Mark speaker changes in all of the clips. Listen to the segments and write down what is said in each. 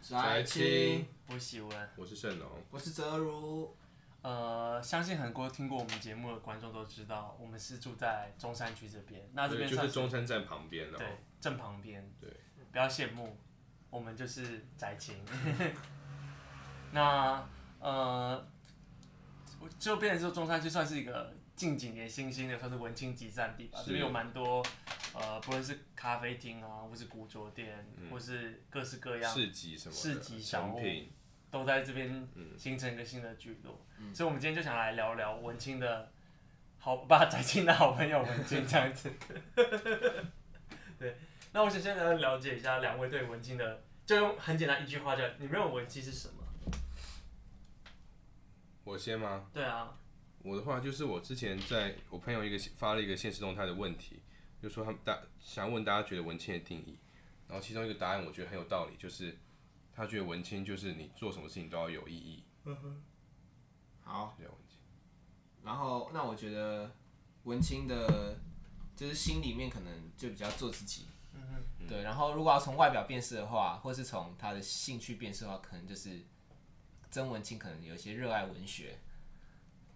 Speaker 1: 宅青，
Speaker 2: 我喜文，
Speaker 3: 我是盛龙，
Speaker 1: 我是泽如。
Speaker 2: 呃，相信很多听过我们节目的观众都知道，我们是住在中山区这边，那这
Speaker 3: 对，
Speaker 2: 边
Speaker 3: 就
Speaker 2: 算
Speaker 3: 是中山站旁边哦。
Speaker 2: 对正旁边，
Speaker 3: 对，
Speaker 2: 不要羡慕，我们就是宅 青。那呃，我就变成说中山区算是一个近几年新兴的，算是文青集散地吧。
Speaker 3: 是
Speaker 2: 这边有蛮多呃，不论是咖啡厅啊，或是古着店，
Speaker 3: 嗯
Speaker 2: 或是各式各样
Speaker 3: 市集什么的
Speaker 2: 市集小
Speaker 3: 成
Speaker 2: 物
Speaker 3: 品，
Speaker 2: 都在这边形成一个新的聚落，所以我们今天就想来聊聊文青的 好爸宅青的好朋友文青这样子。 对，那我想先来了解一下两位对文青的，就用很简单一句话叫你们认为文青是什么？
Speaker 3: 我先吗？
Speaker 2: 对啊，
Speaker 3: 我的话就是我之前在我朋友一个发了一个现实动态的问题，就说他们大想问大家觉得文青的定义，然后其中一个答案我觉得很有道理，就是他觉得文青就是你做什么事情都要有意义。
Speaker 1: 好，
Speaker 3: 对，文青
Speaker 1: 然后那我觉得文青的，就是心里面可能就比较做自己。对，然后如果要从外表辨识的话，或是从他的兴趣辨识的话，可能就是曾文清可能有一些热爱文学，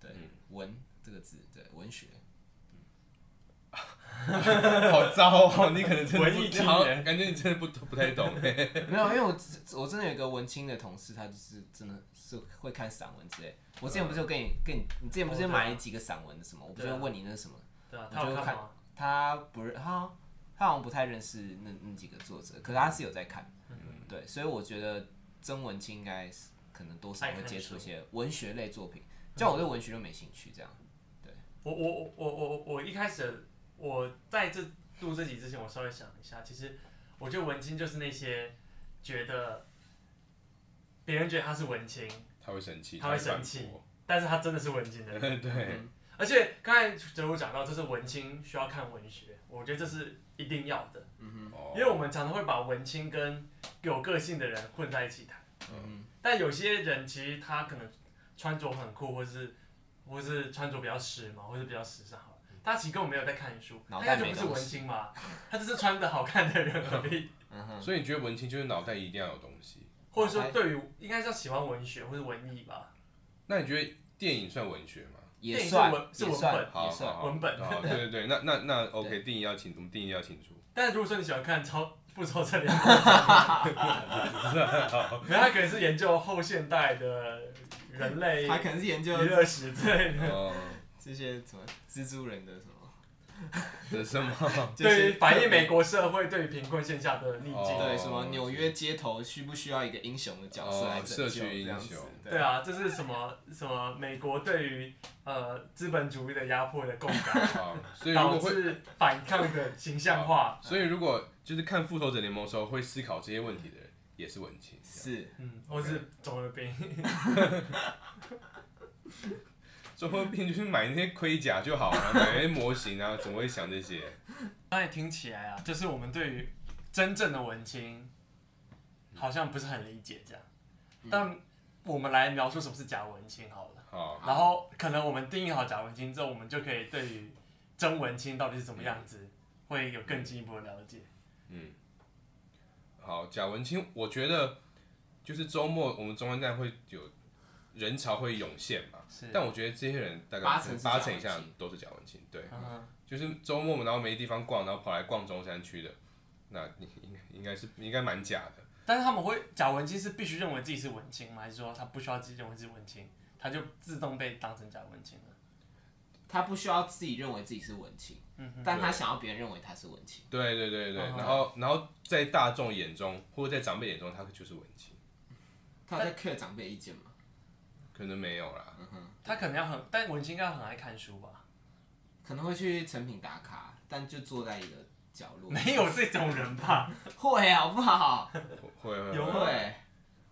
Speaker 1: 对，文这个字，对，文学，
Speaker 3: 好糟哦，你可能真的
Speaker 2: 文艺
Speaker 3: 不
Speaker 2: 青
Speaker 3: 好
Speaker 2: 年
Speaker 3: 感觉你真的不不太懂。欸
Speaker 1: 没有，因为我只我真的有一个文青的同事，他就是真的是会看散文之类。我之前不是有跟你跟你，你之前不是买了几个散文的什么？我不是有问你那是什么？
Speaker 2: 对啊，
Speaker 1: 你
Speaker 2: 他有
Speaker 1: 就
Speaker 2: 看
Speaker 1: 看
Speaker 2: 吗？
Speaker 1: 他不认他，他好像不太认识那那几个作者，可是他是有在看。
Speaker 2: 嗯
Speaker 1: 对，所以我觉得曾文清应该是可能多少会接触一些文学类作品，像我对文学就没兴趣这样。
Speaker 2: 我我我我我我一开始我在这录这集之前，我稍微想了一下，其实我觉得文青就是那些觉得别人觉得他是文青，
Speaker 3: 他会生气，
Speaker 2: 他会
Speaker 3: 反
Speaker 2: 生气
Speaker 3: 驳。
Speaker 2: 但是他真的是文青的人。
Speaker 3: 对，
Speaker 2: 而且刚才哲如讲到，这是文青需要看文学，我觉得这是一定要的，
Speaker 3: 哦
Speaker 2: 嗯因，为我们常常会把文青跟有个性的人混在一起谈。嗯，但有些人其实他可能穿着很酷，或是或是穿着比较时髦，或是比较时尚好了。他其实根本没有在看书，他
Speaker 1: 嗯脑
Speaker 2: 应
Speaker 1: 袋
Speaker 2: 该就不是
Speaker 1: 没东
Speaker 2: 文
Speaker 1: 西
Speaker 2: 青嘛，他只是穿的好看的人而 已。
Speaker 3: 所以你觉得文青就是脑袋一定要有东西？
Speaker 2: 或者说，对于应该是要喜欢文学或是文艺吧，
Speaker 3: 那你觉得电影算文学吗？
Speaker 1: 也
Speaker 2: 电影是
Speaker 1: 算
Speaker 2: 文哎是
Speaker 1: 也
Speaker 2: 文
Speaker 1: 算
Speaker 2: 本
Speaker 3: 好，
Speaker 1: 也
Speaker 3: 好
Speaker 1: 算，
Speaker 3: 好
Speaker 2: 文本
Speaker 3: 好对对对，那那那 OK，定义要清，我们定义要清楚。
Speaker 2: 但如果说你喜欢看超复仇者联 盟，没有，他可能是研究后现代的人类
Speaker 1: 他可能是研
Speaker 2: 娱
Speaker 1: 究
Speaker 2: 乐史之类的，
Speaker 3: 哦，
Speaker 1: 这些什么蜘蛛人的什么，
Speaker 3: 这是什么？
Speaker 2: 对于反映美国社会对于贫困现象的逆境。
Speaker 3: 哦
Speaker 1: 对，什么纽约街头需不需要一个英雄的角色
Speaker 3: 哦
Speaker 1: 来拯救？
Speaker 3: 社区英
Speaker 1: 这样子
Speaker 3: 雄
Speaker 2: 对，啊，这是什么什么？美国对于呃资本主义的压迫的共感，
Speaker 3: 好，所以如
Speaker 2: 导
Speaker 3: 果会，
Speaker 2: 致反抗的形象化。
Speaker 3: 所以如果就是看《复仇者联盟》的时候会思考这些问题的人，也是文青。
Speaker 1: 是
Speaker 2: 嗯，或是中二病，
Speaker 3: 中二病就是买那些盔甲就好了，买那些模型啊，怎么会想这些？
Speaker 2: 刚才听起来啊，就是我们对于真正的文青，好像不是很理解这样。但我们来描述什么是假文青好了，
Speaker 3: 好，
Speaker 2: 然后可能我们定义好假文青之后，我们就可以对于真文青到底是什么样子，会有更进一步的了解。
Speaker 3: 好，贾文清，我觉得就是周末我们中山站会有人潮会涌现嘛，
Speaker 2: 是
Speaker 3: 但我觉得这些人大概
Speaker 1: 八成是
Speaker 3: 八
Speaker 1: 贾
Speaker 3: 成以
Speaker 1: 文
Speaker 3: 上
Speaker 1: 清
Speaker 3: 都是贾文清，对。
Speaker 2: 嗯，
Speaker 3: 就是周末然后没地方逛，然后跑来逛中山区的，那你应该应该是应该蛮假的。
Speaker 2: 但是他们会假文青是必须认为自己是文青吗？还是说他不需要自己认为自己文青，他就自动被当成假文青了？
Speaker 1: 他不需要自己认为自己是文青，但他想要别人认为他是文青。
Speaker 3: 对对对对，
Speaker 2: 嗯
Speaker 3: 然后然后在大众眼中或者在长辈眼中，他就是文青，
Speaker 1: 他有在 care 长辈意见吗？
Speaker 3: 可能没有啦。
Speaker 2: 他可能要很，但文青应该很爱看书吧？
Speaker 1: 可能会去成品打卡，但就坐在一个角落。
Speaker 2: 没有这种人吧？
Speaker 1: 会啊好不 好？
Speaker 3: 会会
Speaker 2: 有
Speaker 3: 会，
Speaker 1: 会。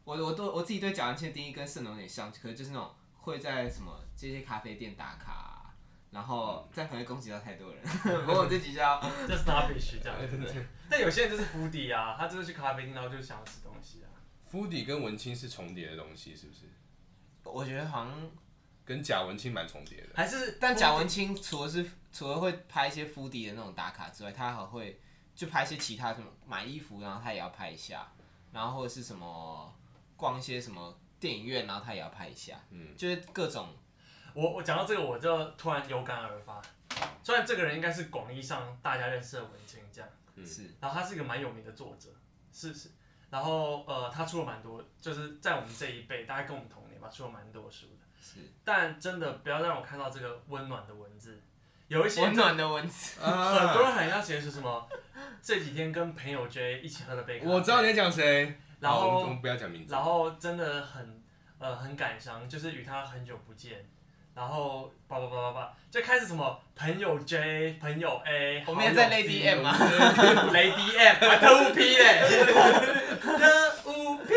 Speaker 1: 我我对我自己对贾文清的定义跟盛龙有点像，可能就是那种会在什么这些咖啡店打卡，啊然后在可能攻击到太多人。 不过我这集就要
Speaker 2: 这是他必须这样，对不对？但有些人就是敷底啊，他就是去咖啡厅，然后就想要吃东西啊。
Speaker 3: 夫底跟文青是重叠的东西，是不是？
Speaker 1: 我觉得好像，
Speaker 3: 跟贾文清蛮重叠的。
Speaker 2: 还是，
Speaker 1: 但贾文清除了是除了会拍一些敷底的那种打卡之外，他还会就拍一些其他什么买衣服，然后他也要拍一下，然后或者是什么逛一些什么电影院，然后他也要拍一下，嗯，就是各种
Speaker 2: 我我讲到这个，我就突然有感而发。虽然这个人应该是广义上大家认识的文青这样，
Speaker 1: 是，
Speaker 2: 然后他是一个蛮有名的作者，是是。然后呃，他出了蛮多，就是在我们这一辈，大概跟我们同年吧，出了蛮多书的。
Speaker 1: 是
Speaker 2: 但真的不要让我看到这个温暖的文字，有一些
Speaker 1: 温暖的文字，
Speaker 3: 啊
Speaker 2: 很多人很要写是什么？这几天跟朋友 J 一起喝了杯咖啡，
Speaker 3: 我知道你在讲谁。
Speaker 2: 然
Speaker 3: 好我们
Speaker 2: 后
Speaker 3: 我们不要讲名字。
Speaker 2: 然后真的很呃很感伤，就是与他很久不见，然后叭叭叭叭叭就开始什么朋友 J 朋友 A，
Speaker 1: 我们也在 Lady M 啊，
Speaker 2: ，Lady M 还特务 P 嘞，特务 P，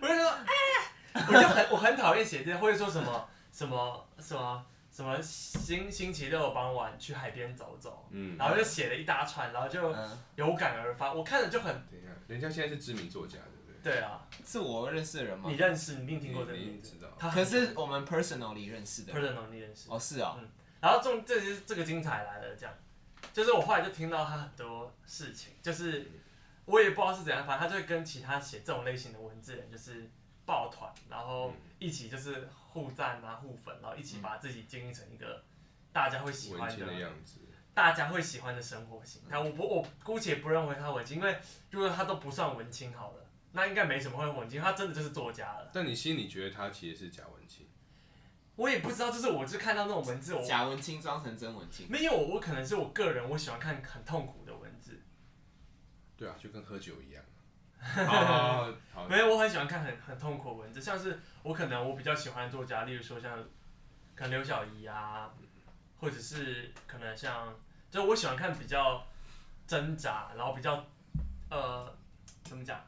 Speaker 2: 我就说哎，我就很我很讨厌写这，或者说什么什么什么什么星星期六傍晚去海边走走，
Speaker 3: 嗯，
Speaker 2: 然后就写了一大串，然后就
Speaker 1: 嗯，
Speaker 2: 有感而发，我看着就很
Speaker 3: 等一下，人家现在是知名作家，对不对？
Speaker 2: 对啊，
Speaker 1: 是我认识的人吗
Speaker 2: 你？认识你一定听过这个
Speaker 3: 你
Speaker 2: 名
Speaker 3: 你
Speaker 2: 字
Speaker 3: 知，道。
Speaker 2: 他很
Speaker 1: 可是我们 personally 认识的
Speaker 2: personal 你认识。
Speaker 1: 哦，是哦，
Speaker 2: 然后重这就是这个精彩来了，这样，就是我后来就听到他很多事情，就是我也不知道是怎样，反正他就会跟其他写这种类型的文字人就是抱团，然
Speaker 3: 嗯
Speaker 2: 后一起就是互赞啊、互粉，然后一起把自己经营成一个大家会喜欢
Speaker 3: 文青的
Speaker 2: 的、
Speaker 3: 样子，
Speaker 2: 大家会喜欢的生活型态。但我不，我姑且不认为他文青，因为如果他都不算文青好了，那应该没什么会文青，他真的就是作家了。
Speaker 3: 但你心里觉得他其实是假文青，
Speaker 2: 我也不知道，就是我就看到那种文字，我
Speaker 1: 假文青装成真文青，
Speaker 2: 没有，我可能是我个人，我喜欢看很痛苦的文字。
Speaker 3: 对啊，就跟喝酒一样。好好好好，
Speaker 2: 没有，我很喜欢看很很痛苦的文字，像是我可能我比较喜欢的作家，例如说像可能刘晓怡啊，或者是可能像，就是我喜欢看比较挣扎，然后比较呃怎么讲，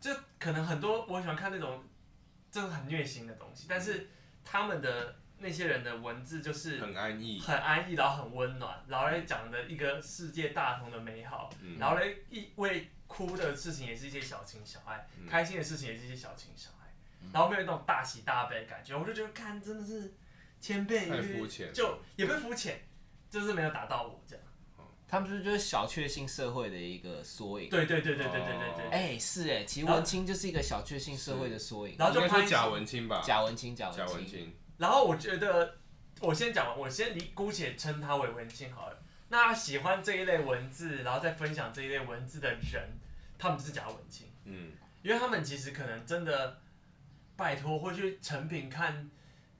Speaker 2: 就可能很多我喜欢看那种真的很虐心的东西，但是他们的那些人的文字就是
Speaker 3: 很安逸，
Speaker 2: 很安逸，然后很温暖，然后嘞讲的一个世界大同的美好，
Speaker 3: 嗯
Speaker 2: 然后嘞一为哭的事情也是一些小情小爱，
Speaker 3: 嗯
Speaker 2: 开心的事情也是一些小情小爱，然后没有那种大喜大悲的感觉，我就觉得看真的是千倍
Speaker 3: 太
Speaker 2: 于
Speaker 3: 肤浅了
Speaker 2: 就也不是肤浅，就是没有打到我这样。
Speaker 1: 他们是不是就是小确幸社会的一个缩影？
Speaker 2: 对对对对对对对
Speaker 3: 哦
Speaker 2: 对，
Speaker 1: 哎、是哎，其实文青就是一个小确幸社会的缩影。
Speaker 2: 然后就
Speaker 3: 应该
Speaker 2: 拍
Speaker 3: 说
Speaker 2: 一
Speaker 3: 假文青吧，
Speaker 1: 假文青，假
Speaker 3: 假
Speaker 1: 文
Speaker 3: 文
Speaker 1: 青，
Speaker 3: 青，
Speaker 2: 然后我觉得，我先讲完，我先理姑且称他为文青好了。那喜欢这一类文字，然后再分享这一类文字的人，他们是假文青。
Speaker 3: 嗯，
Speaker 2: 因为他们其实可能真的拜托会去成品看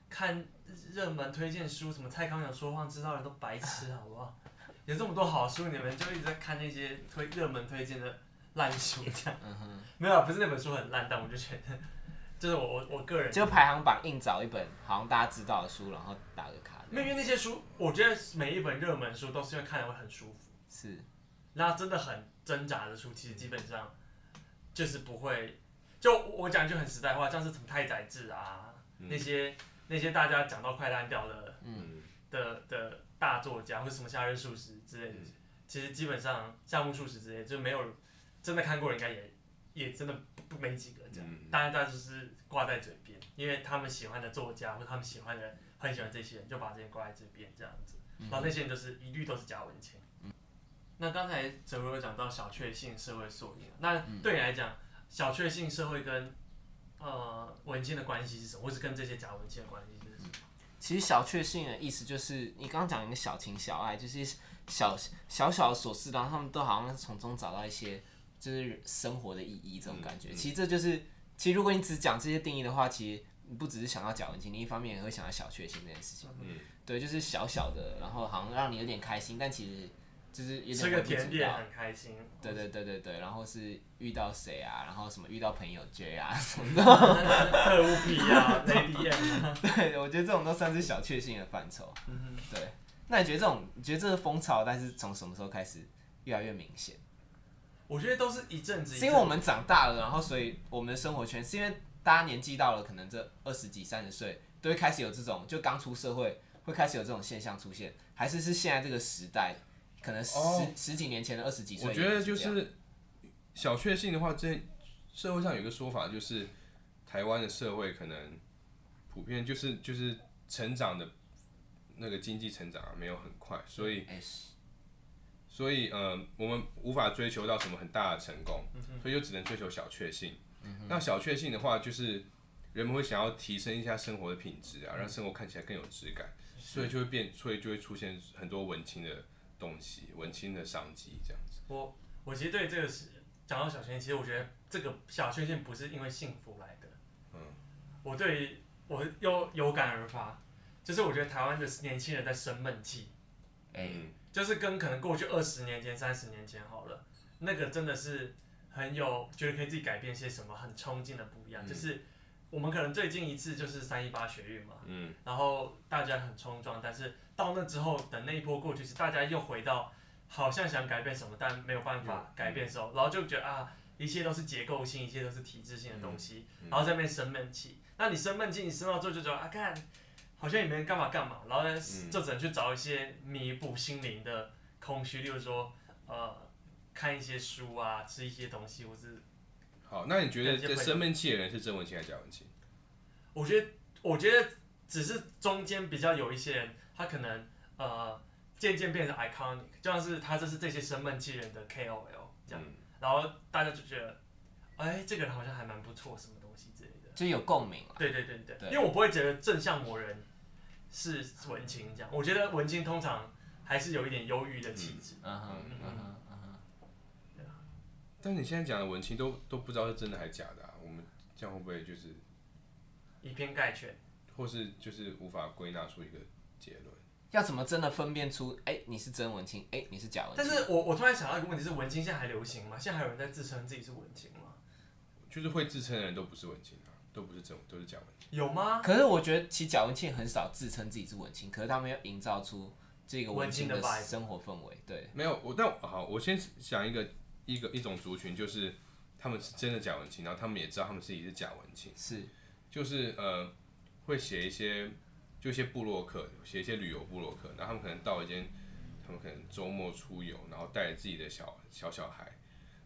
Speaker 2: 看热门推荐书，什么蔡康永说话知道的都白痴，好不好？有这么多好书，你们就一直在看那些推热门推荐的烂书，这样。没有啊，不是那本书很烂，但我就觉得，就是我我我个人
Speaker 1: 就排行榜硬找一本好像大家知道的书，然后打个卡。
Speaker 2: 没有，因为那些书，我觉得每一本热门书都是因为看了会很舒服。
Speaker 1: 是，
Speaker 2: 那真的很挣扎的书，其实基本上就是不会。就我讲一句很实在话，像是什么太宰治啊，那些那些大家讲到快烂掉的，
Speaker 3: 嗯
Speaker 2: 的的大作家，或者什么夏日素食之类的，
Speaker 3: 嗯
Speaker 2: 其实基本上夏目漱石之类的，就没有真的看过，应该也也真的不不没几个这样。
Speaker 3: 嗯
Speaker 2: 大家大家就是挂在嘴边，因为他们喜欢的作家或者他们喜欢的人很喜欢这些人，就把这些挂在嘴边这样子。然后那些人就是一律都是加文青。那刚才哲如有讲到小确幸社会缩影，啊那对你来讲，小确幸社会跟呃文青的关系是什么，或是跟这些假文青的关系是什么？
Speaker 1: 其实小确幸的意思就是你刚刚讲一个小情小爱，就是小小小的琐事，然后他们都好像从中找到一些就是生活的意义这种感觉。
Speaker 3: 嗯嗯
Speaker 1: 其实这就是，其实如果你只讲这些定义的话，其实你不只是想到假文青，你一方面也会想到小确幸这件事情。
Speaker 3: 嗯，
Speaker 1: 对，就是小小的，然后好像让你有点开心，但其实就是有点
Speaker 2: 吃个
Speaker 1: 微不足
Speaker 2: 甜点
Speaker 1: 道
Speaker 2: 很开心，
Speaker 1: 对对对对对，然后是遇到谁啊，然后什么遇到朋友 J 啊 什么
Speaker 2: 特务皮啊，Lady M 啊。
Speaker 1: 的，对我觉得这种都算是小确幸的范畴。
Speaker 3: 嗯
Speaker 1: 对，那你觉得这种，你觉得这个风潮，但是从什么时候开始越来越明显？
Speaker 2: 我觉得都是一阵子一阵子，
Speaker 1: 是因为我们长大了，然后所以我们的生活圈，是因为大家年纪到了，可能这二十几、三十岁都会开始有这种，就刚出社会会开始有这种现象出现，还是是现在这个时代，可能十、
Speaker 3: 哦
Speaker 1: 十几年前的二十几岁
Speaker 3: 我
Speaker 1: 也这
Speaker 3: 觉
Speaker 1: 样，
Speaker 3: 得就是小确幸的话，这社会上有一个说法，就是台湾的社会可能普遍就是就是成长的那个经济成长啊没有很快，所以
Speaker 1: 哎、是
Speaker 3: 所以呃，我们无法追求到什么很大的成功，所以就只能追求小确幸。那小确幸的话，就是人们会想要提升一下生活的品质啊，让生活看起来更有质感，所以就会变，所以就会出现很多文青的东西，文青的商机这样子。
Speaker 2: 我我其实对这个是讲到小确幸，其实我觉得这个小确幸不是因为幸福来的，嗯，我对于我又有感而发，就是我觉得台湾的年轻人在生闷气，
Speaker 1: 哎，
Speaker 2: 就是跟可能过去二十年前、三十年前好了，那个真的是很有觉得可以自己改变些什么，很冲劲的不一样，就是。我们可能最近一次就是三一八学运嘛，
Speaker 3: 嗯，
Speaker 2: 然后大家很冲撞，但是到那之后，等那一波过去时，大家又回到好像想改变什么，但没有办法改变的时候，然后就觉得啊，一切都是结构性，一切都是体制性的东西，然后在那边生闷气。那你生闷气，你生到最后就觉得啊，看好像也没人干嘛干嘛，然后呢，就只能去找一些弥补心灵的空虚，例如说呃，看一些书啊，吃一些东西，或是
Speaker 3: 好，那你觉得
Speaker 2: 对就
Speaker 3: 这
Speaker 2: 会
Speaker 3: 生闷气的人是真文青还是假文青？
Speaker 2: 我觉得，我觉得只是中间比较有一些人，他可能呃渐渐变成 iconic，就像是他就是这些生闷气人的 KOL 这样，然后大家就觉得，哎，这个人好像还蛮不错，什么东西之类的。
Speaker 1: 就有共鸣了。
Speaker 2: 对对对对，
Speaker 1: 对
Speaker 2: 因为我不会觉得正向魔人是文青这样，我觉得文青通常还是有一点忧郁的气质。
Speaker 1: 嗯哼，嗯哼，嗯哼。
Speaker 3: 但你现在讲的文青都都不知道是真的还是假的啊，我们这样会不会就是，
Speaker 2: 以偏概全，
Speaker 3: 或是就是无法归纳出一个结论？
Speaker 1: 要怎么真的分辨出，哎、你是真文青，哎、你是假文
Speaker 2: 但
Speaker 1: 青？
Speaker 2: 是我我突然想到一个问题是，文青现在还流行吗？现在还有人在自称自己是文青吗？
Speaker 3: 就是会自称的人都不是文青啊，都不是真，都是假文青。
Speaker 2: 有吗？
Speaker 1: 可是我觉得，其实贾文庆很少自称自己是文青，可是他们要营造出这个文青
Speaker 2: 文青的 vibe
Speaker 1: 生活氛围。对，
Speaker 3: 没有我，但我好，我先想一个一个一种族群，就是他们是真的假文青，然后他们也知道他们自己是假文青，
Speaker 1: 是，
Speaker 3: 就是呃会写一些就一些部落客，写一些旅游部落客，然后他们可能到一间，他们可能周末出游，然后带着自己的小小小孩，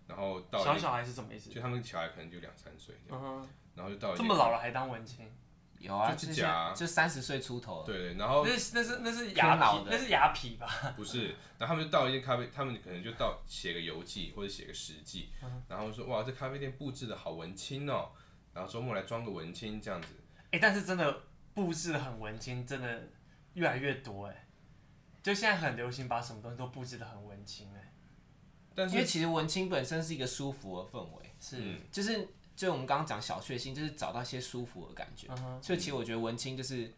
Speaker 3: 然后到一
Speaker 2: 小小孩是什么意思？
Speaker 3: 就他们小孩可能就两三岁，
Speaker 2: 嗯哼。
Speaker 3: 然后就到一
Speaker 2: 这
Speaker 3: 间
Speaker 2: 么老了还当文青，
Speaker 1: 有啊，
Speaker 3: 就
Speaker 1: 是
Speaker 3: 是假啊
Speaker 1: 就三十岁出头了。
Speaker 3: 对对，然后
Speaker 2: 那是那是那是
Speaker 1: 偏
Speaker 2: 牙
Speaker 1: 老
Speaker 2: 痞，
Speaker 1: 的
Speaker 2: 那是牙痞吧？
Speaker 3: 不是，然后他们就到一间咖啡，他们可能就到写个游记或者写个实记，
Speaker 1: 嗯
Speaker 3: 然后说哇，这咖啡店布置的好文青哦，然后周末来装个文青这样子。
Speaker 2: 哎、但是真的布置得很文青，真的越来越多哎、就现在很流行把什么东西都布置的很文青哎、
Speaker 3: 但
Speaker 1: 因为
Speaker 3: 是
Speaker 1: 其实文青本身是一个舒服的氛围，嗯
Speaker 2: 是、
Speaker 1: 就是就我们刚刚讲小确幸，就是找到一些舒服的感觉。
Speaker 2: 嗯哼
Speaker 1: 所以其实我觉得文青就是，就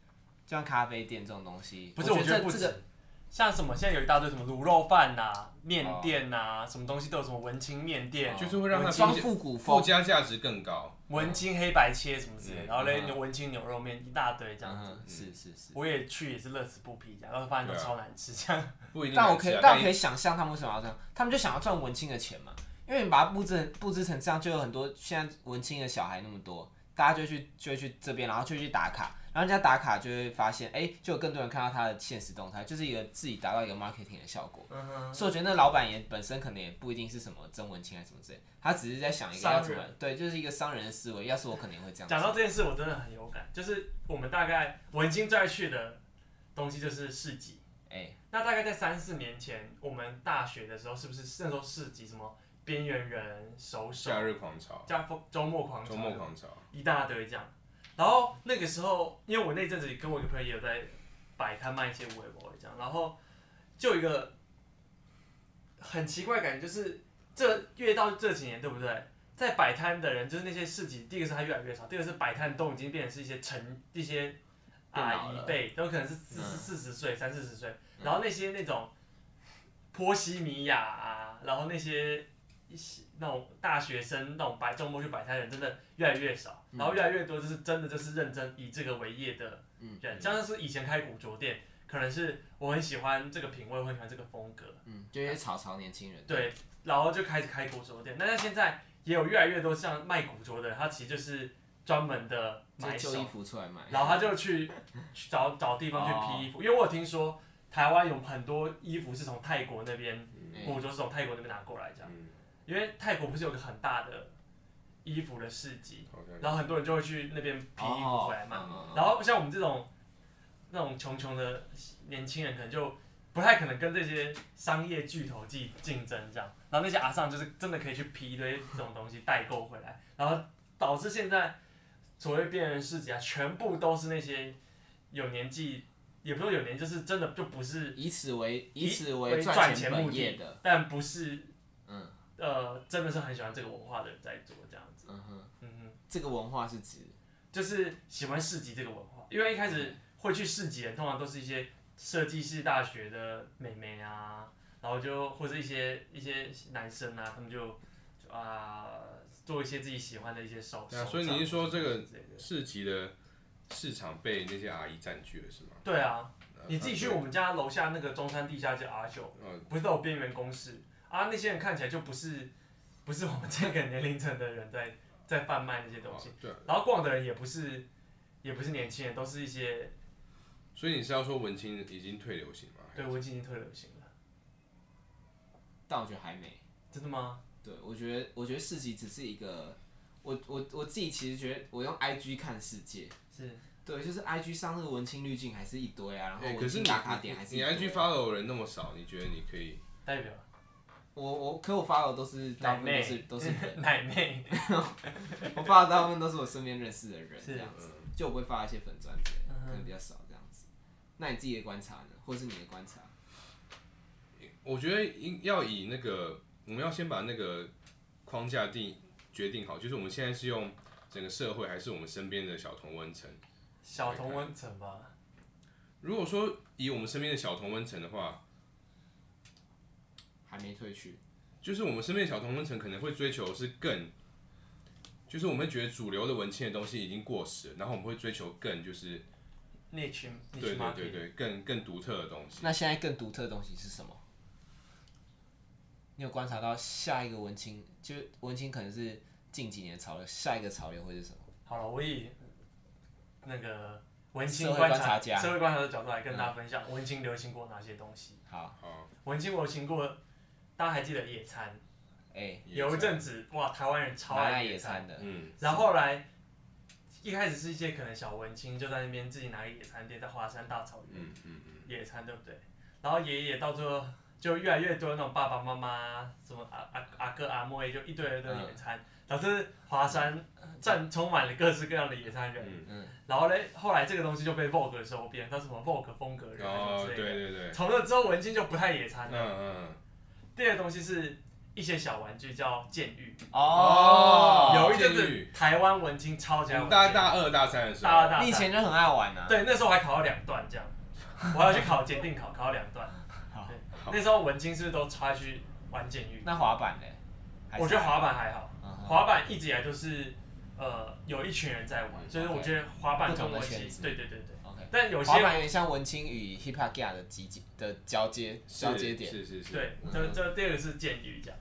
Speaker 1: 像咖啡店这种东西，
Speaker 2: 不是？我
Speaker 1: 觉得
Speaker 2: 不
Speaker 1: 这
Speaker 2: 止、
Speaker 1: 这个
Speaker 2: 像什么现在有一大堆什么卤肉饭呐、面店呐、什么东西都有什么文青面
Speaker 1: 哦
Speaker 2: 店，
Speaker 3: 就是会让它
Speaker 1: 装
Speaker 3: 附加
Speaker 1: 复古风
Speaker 3: 附，加价值更高。
Speaker 2: 文青黑白切什么之类的，
Speaker 3: 嗯
Speaker 2: 然后嘞
Speaker 1: 嗯哼
Speaker 2: 文青牛肉面一大堆这样子。
Speaker 1: 嗯，是是是。
Speaker 2: 我也去也是乐此不疲这样，然后发现都
Speaker 3: 对啊
Speaker 2: 超难吃这 样。
Speaker 3: 不一定
Speaker 1: 但我
Speaker 3: 难
Speaker 1: 可
Speaker 3: 吃
Speaker 1: 以
Speaker 3: 啊，，
Speaker 1: 但我
Speaker 3: 但
Speaker 1: 可以想象他们为什么要这样，他们就想要赚文青的钱嘛。因为你把它布置成布置成这样，就有很多现在文青的小孩那么多，大家就去就会去这边，然后就去打卡，然后人家打卡就会发现，哎、就有更多人看到他的现实动态，就是一个自己达到一个 marketing 的效果。
Speaker 2: 嗯哼，
Speaker 1: 所以我觉得那老板也本身可能也不一定是什么真文青还是什么之类，他只是在想一个要怎么
Speaker 2: 商
Speaker 1: 对，就是一个商人的思维。要是我肯定会这样子。
Speaker 2: 讲到这件事，我真的很有感，就是我们大概文青最爱去的东西就是市集。
Speaker 1: 哎、
Speaker 2: 那大概在三四年前，我们大学的时候，是不是那时候市集什么边缘人、手手
Speaker 3: 夏、日狂潮、
Speaker 2: 加疯周末狂潮
Speaker 3: 周末狂潮，
Speaker 2: 一大堆这样。然后那个时候，因为我那阵子跟我一个朋友也有在摆摊卖一些微博这样，然后就有一个很奇怪的感觉，就是这越到这几年，对不对？在摆摊的人，就是那些市集，第一个是他越来越少，第二个是摆摊都已经变成是一些成一些
Speaker 1: 变
Speaker 2: 阿
Speaker 1: 老了
Speaker 2: 姨辈，都可能是四
Speaker 1: 嗯
Speaker 2: 四十岁、三四十岁，然后那些那种波西米亚啊，然后那些一些那种大学生那种白周末去摆摊的人真的越来越少，然后越来越多就是真的就是认真以这个为业的
Speaker 1: 嗯
Speaker 2: 人，像是以前开古着店，可能是我很喜欢这个品味，我很喜欢这个风格，
Speaker 1: 嗯，就一些草草年轻人。
Speaker 2: 对，然后就开始开古着店。但是现在也有越来越多像卖古着的人，他其实就是专门的
Speaker 1: 就是
Speaker 2: 买
Speaker 1: 旧
Speaker 2: 手
Speaker 1: 衣，服出来卖，
Speaker 2: 然后他就去去找找地方去批衣服，因为我有听说台湾有很多衣服是从泰国那边
Speaker 1: 嗯
Speaker 2: 古着是从泰国那边拿过来这样，
Speaker 3: 嗯
Speaker 2: 因为泰国不是有个很大的衣服的市集，
Speaker 3: 好像
Speaker 2: 然后很多人就会去那边批衣
Speaker 1: 哦
Speaker 2: 服回来卖。
Speaker 1: 哦嗯嗯嗯
Speaker 2: 然后像我们这种那种穷穷的年轻人，可能就不太可能跟这些商业巨头竞竞争这样。然后那些阿上就是真的可以去批一堆这种东西代购回来，然后导致现在所谓辨认市集啊，全部都是那些有年纪，也不是有年纪，就是真的就不是
Speaker 1: 以此为以此
Speaker 2: 为
Speaker 1: 为
Speaker 2: 赚
Speaker 1: 赚
Speaker 2: 钱
Speaker 1: 钱
Speaker 2: 目
Speaker 1: 本
Speaker 2: 的
Speaker 1: 业的，
Speaker 2: 但不是，
Speaker 1: 嗯
Speaker 2: 呃，真的是很喜欢这个文化的人在做这样子，
Speaker 1: 嗯哼，
Speaker 2: 嗯哼，
Speaker 1: 这个文化是指
Speaker 2: 就是喜欢市集这个文化，因为一开
Speaker 3: 嗯
Speaker 2: 始会去市集的，通常都是一些设计系大学的美眉啊，然后就或者一些一些男生啊，他们就就啊、做一些自己喜欢的一些手，
Speaker 3: 对啊
Speaker 2: 手
Speaker 3: 所以
Speaker 2: 账
Speaker 3: 你是说这个
Speaker 2: 之类的
Speaker 3: 市集的市场被那些阿姨占据了是吗？
Speaker 2: 对啊，
Speaker 3: 呃
Speaker 2: 你自己去我
Speaker 3: 们
Speaker 2: 们家楼下那个中山地下街阿九，
Speaker 3: 哦
Speaker 2: 不是都有边缘公式啊？那些人看起来就不是不是我们这个年龄层的人在在贩卖那些东西，
Speaker 3: 对啊，
Speaker 2: 然后逛的人也不是也不是年轻人，都是一些
Speaker 3: 所以你是要说文青已经退流行吗？
Speaker 2: 对我已经退流行了，
Speaker 1: 但我觉得还没。
Speaker 2: 真的吗？
Speaker 1: 对，我觉得我觉得市集只是一个，我我我自己其实觉得我用 IG 看世界，
Speaker 2: 是
Speaker 1: 对，就是 IG 上那个文青滤镜还是一堆啊，然后
Speaker 3: 哎可
Speaker 1: 文
Speaker 3: 是
Speaker 1: 青
Speaker 3: 你
Speaker 1: 打卡点还是一
Speaker 3: 你你
Speaker 1: 堆啊
Speaker 3: IG follow 的人那么少，你觉得你可以？
Speaker 2: 代表
Speaker 1: 我我可我发的都是大
Speaker 2: 奶
Speaker 1: 部分都
Speaker 2: 妹
Speaker 1: 是都是 人
Speaker 2: 奶妹，
Speaker 1: 我发的大部分都是我身边认识的人
Speaker 2: 是
Speaker 1: 这样子，
Speaker 3: 嗯
Speaker 1: 就我不会发一些粉钻之类的
Speaker 2: 嗯，哼
Speaker 1: 可能比较少这样子。那你自己的观察呢，或是你的观察？
Speaker 3: 我觉得应要以那个，我们要先把那个框架定决定好，就是我们现在是用整个社会还是我们身边的小同温层。
Speaker 2: 小童文成吧，
Speaker 3: 如果说以我们身边的小同温层的话，
Speaker 1: 还没退去，
Speaker 3: 就是我们身边的小同温层可能会追求是更，就是我们会觉得主流的文青的东西已经过时了，然后我们会追求更就是
Speaker 2: 那群那
Speaker 3: 对
Speaker 2: 群
Speaker 3: 对
Speaker 2: 吗？
Speaker 3: 对对更更独特的东西。
Speaker 1: 那现在更独特的东西是什么？你有观察到下一个文青，就文青可能是近几年潮流，下一个潮流会是什么？
Speaker 2: 好了，我以那个文青
Speaker 1: 社会
Speaker 2: 观
Speaker 1: 观察家嗯
Speaker 2: 社会观察的角度来跟大家分享文青流行过哪些东西。
Speaker 1: 好，
Speaker 3: 好，
Speaker 2: 文青流行过，大家还记得野餐？
Speaker 1: 哎、
Speaker 2: 有一阵子哇，台湾人超
Speaker 1: 蛮爱
Speaker 2: 爱
Speaker 1: 野
Speaker 2: 野餐
Speaker 1: 餐的，
Speaker 3: 嗯，
Speaker 2: 然后后来一开始是一些可能小文青就在那边自己拿个野餐垫，在华山大草原、
Speaker 3: 嗯嗯嗯，
Speaker 2: 野餐，对不对？然后爷爷到最后就越来越多那种爸爸妈妈什么阿阿阿哥阿妹，就一堆人都野餐，
Speaker 3: 嗯
Speaker 2: 导致华山站充满了各式各样的野餐人。
Speaker 3: 嗯
Speaker 1: 嗯，
Speaker 2: 然后嘞，后来这个东西就被 Vogue 收编，叫什么 Vogue 风格人啊
Speaker 3: 哦
Speaker 2: 什么，
Speaker 3: 对
Speaker 2: 之类的。
Speaker 3: 对对，
Speaker 2: 从那之后，文青就不太野餐
Speaker 3: 嗯
Speaker 2: 了。
Speaker 3: 嗯
Speaker 2: 第二个东西是一些小玩具，叫剑玉。
Speaker 3: 哦
Speaker 2: 有一阵
Speaker 3: 监
Speaker 2: 子
Speaker 3: 狱
Speaker 2: 台湾文青超级
Speaker 3: 嗯，
Speaker 2: 爱
Speaker 3: 我
Speaker 2: 玩
Speaker 3: 们大
Speaker 2: 监狱
Speaker 3: 大二大三的时候，
Speaker 2: 大二大
Speaker 1: 你以
Speaker 2: 三，
Speaker 1: 前就很爱玩啊，
Speaker 2: 对，那时候我还考到两段这样，我还要去考检定考，考到两段。
Speaker 1: 好
Speaker 2: 对，那时候文青是不是都超爱去玩监狱？
Speaker 1: 那滑板嘞？还是
Speaker 2: 我觉得滑板还好，
Speaker 1: 嗯哼
Speaker 2: 滑板一直以来就是呃有一群人在玩，所以我觉得滑板跟
Speaker 1: 嗯不同的
Speaker 2: 我一
Speaker 1: 圈
Speaker 2: 起，
Speaker 1: 子
Speaker 2: 对对对对。
Speaker 1: OK，
Speaker 2: 但有
Speaker 1: 滑
Speaker 2: 些
Speaker 1: 板有点像文青与 hip hop g a 的集结的交接
Speaker 3: 是
Speaker 1: 交接点，
Speaker 3: 是是是，
Speaker 2: 对，
Speaker 3: 嗯
Speaker 2: 这这第二个是监狱这样，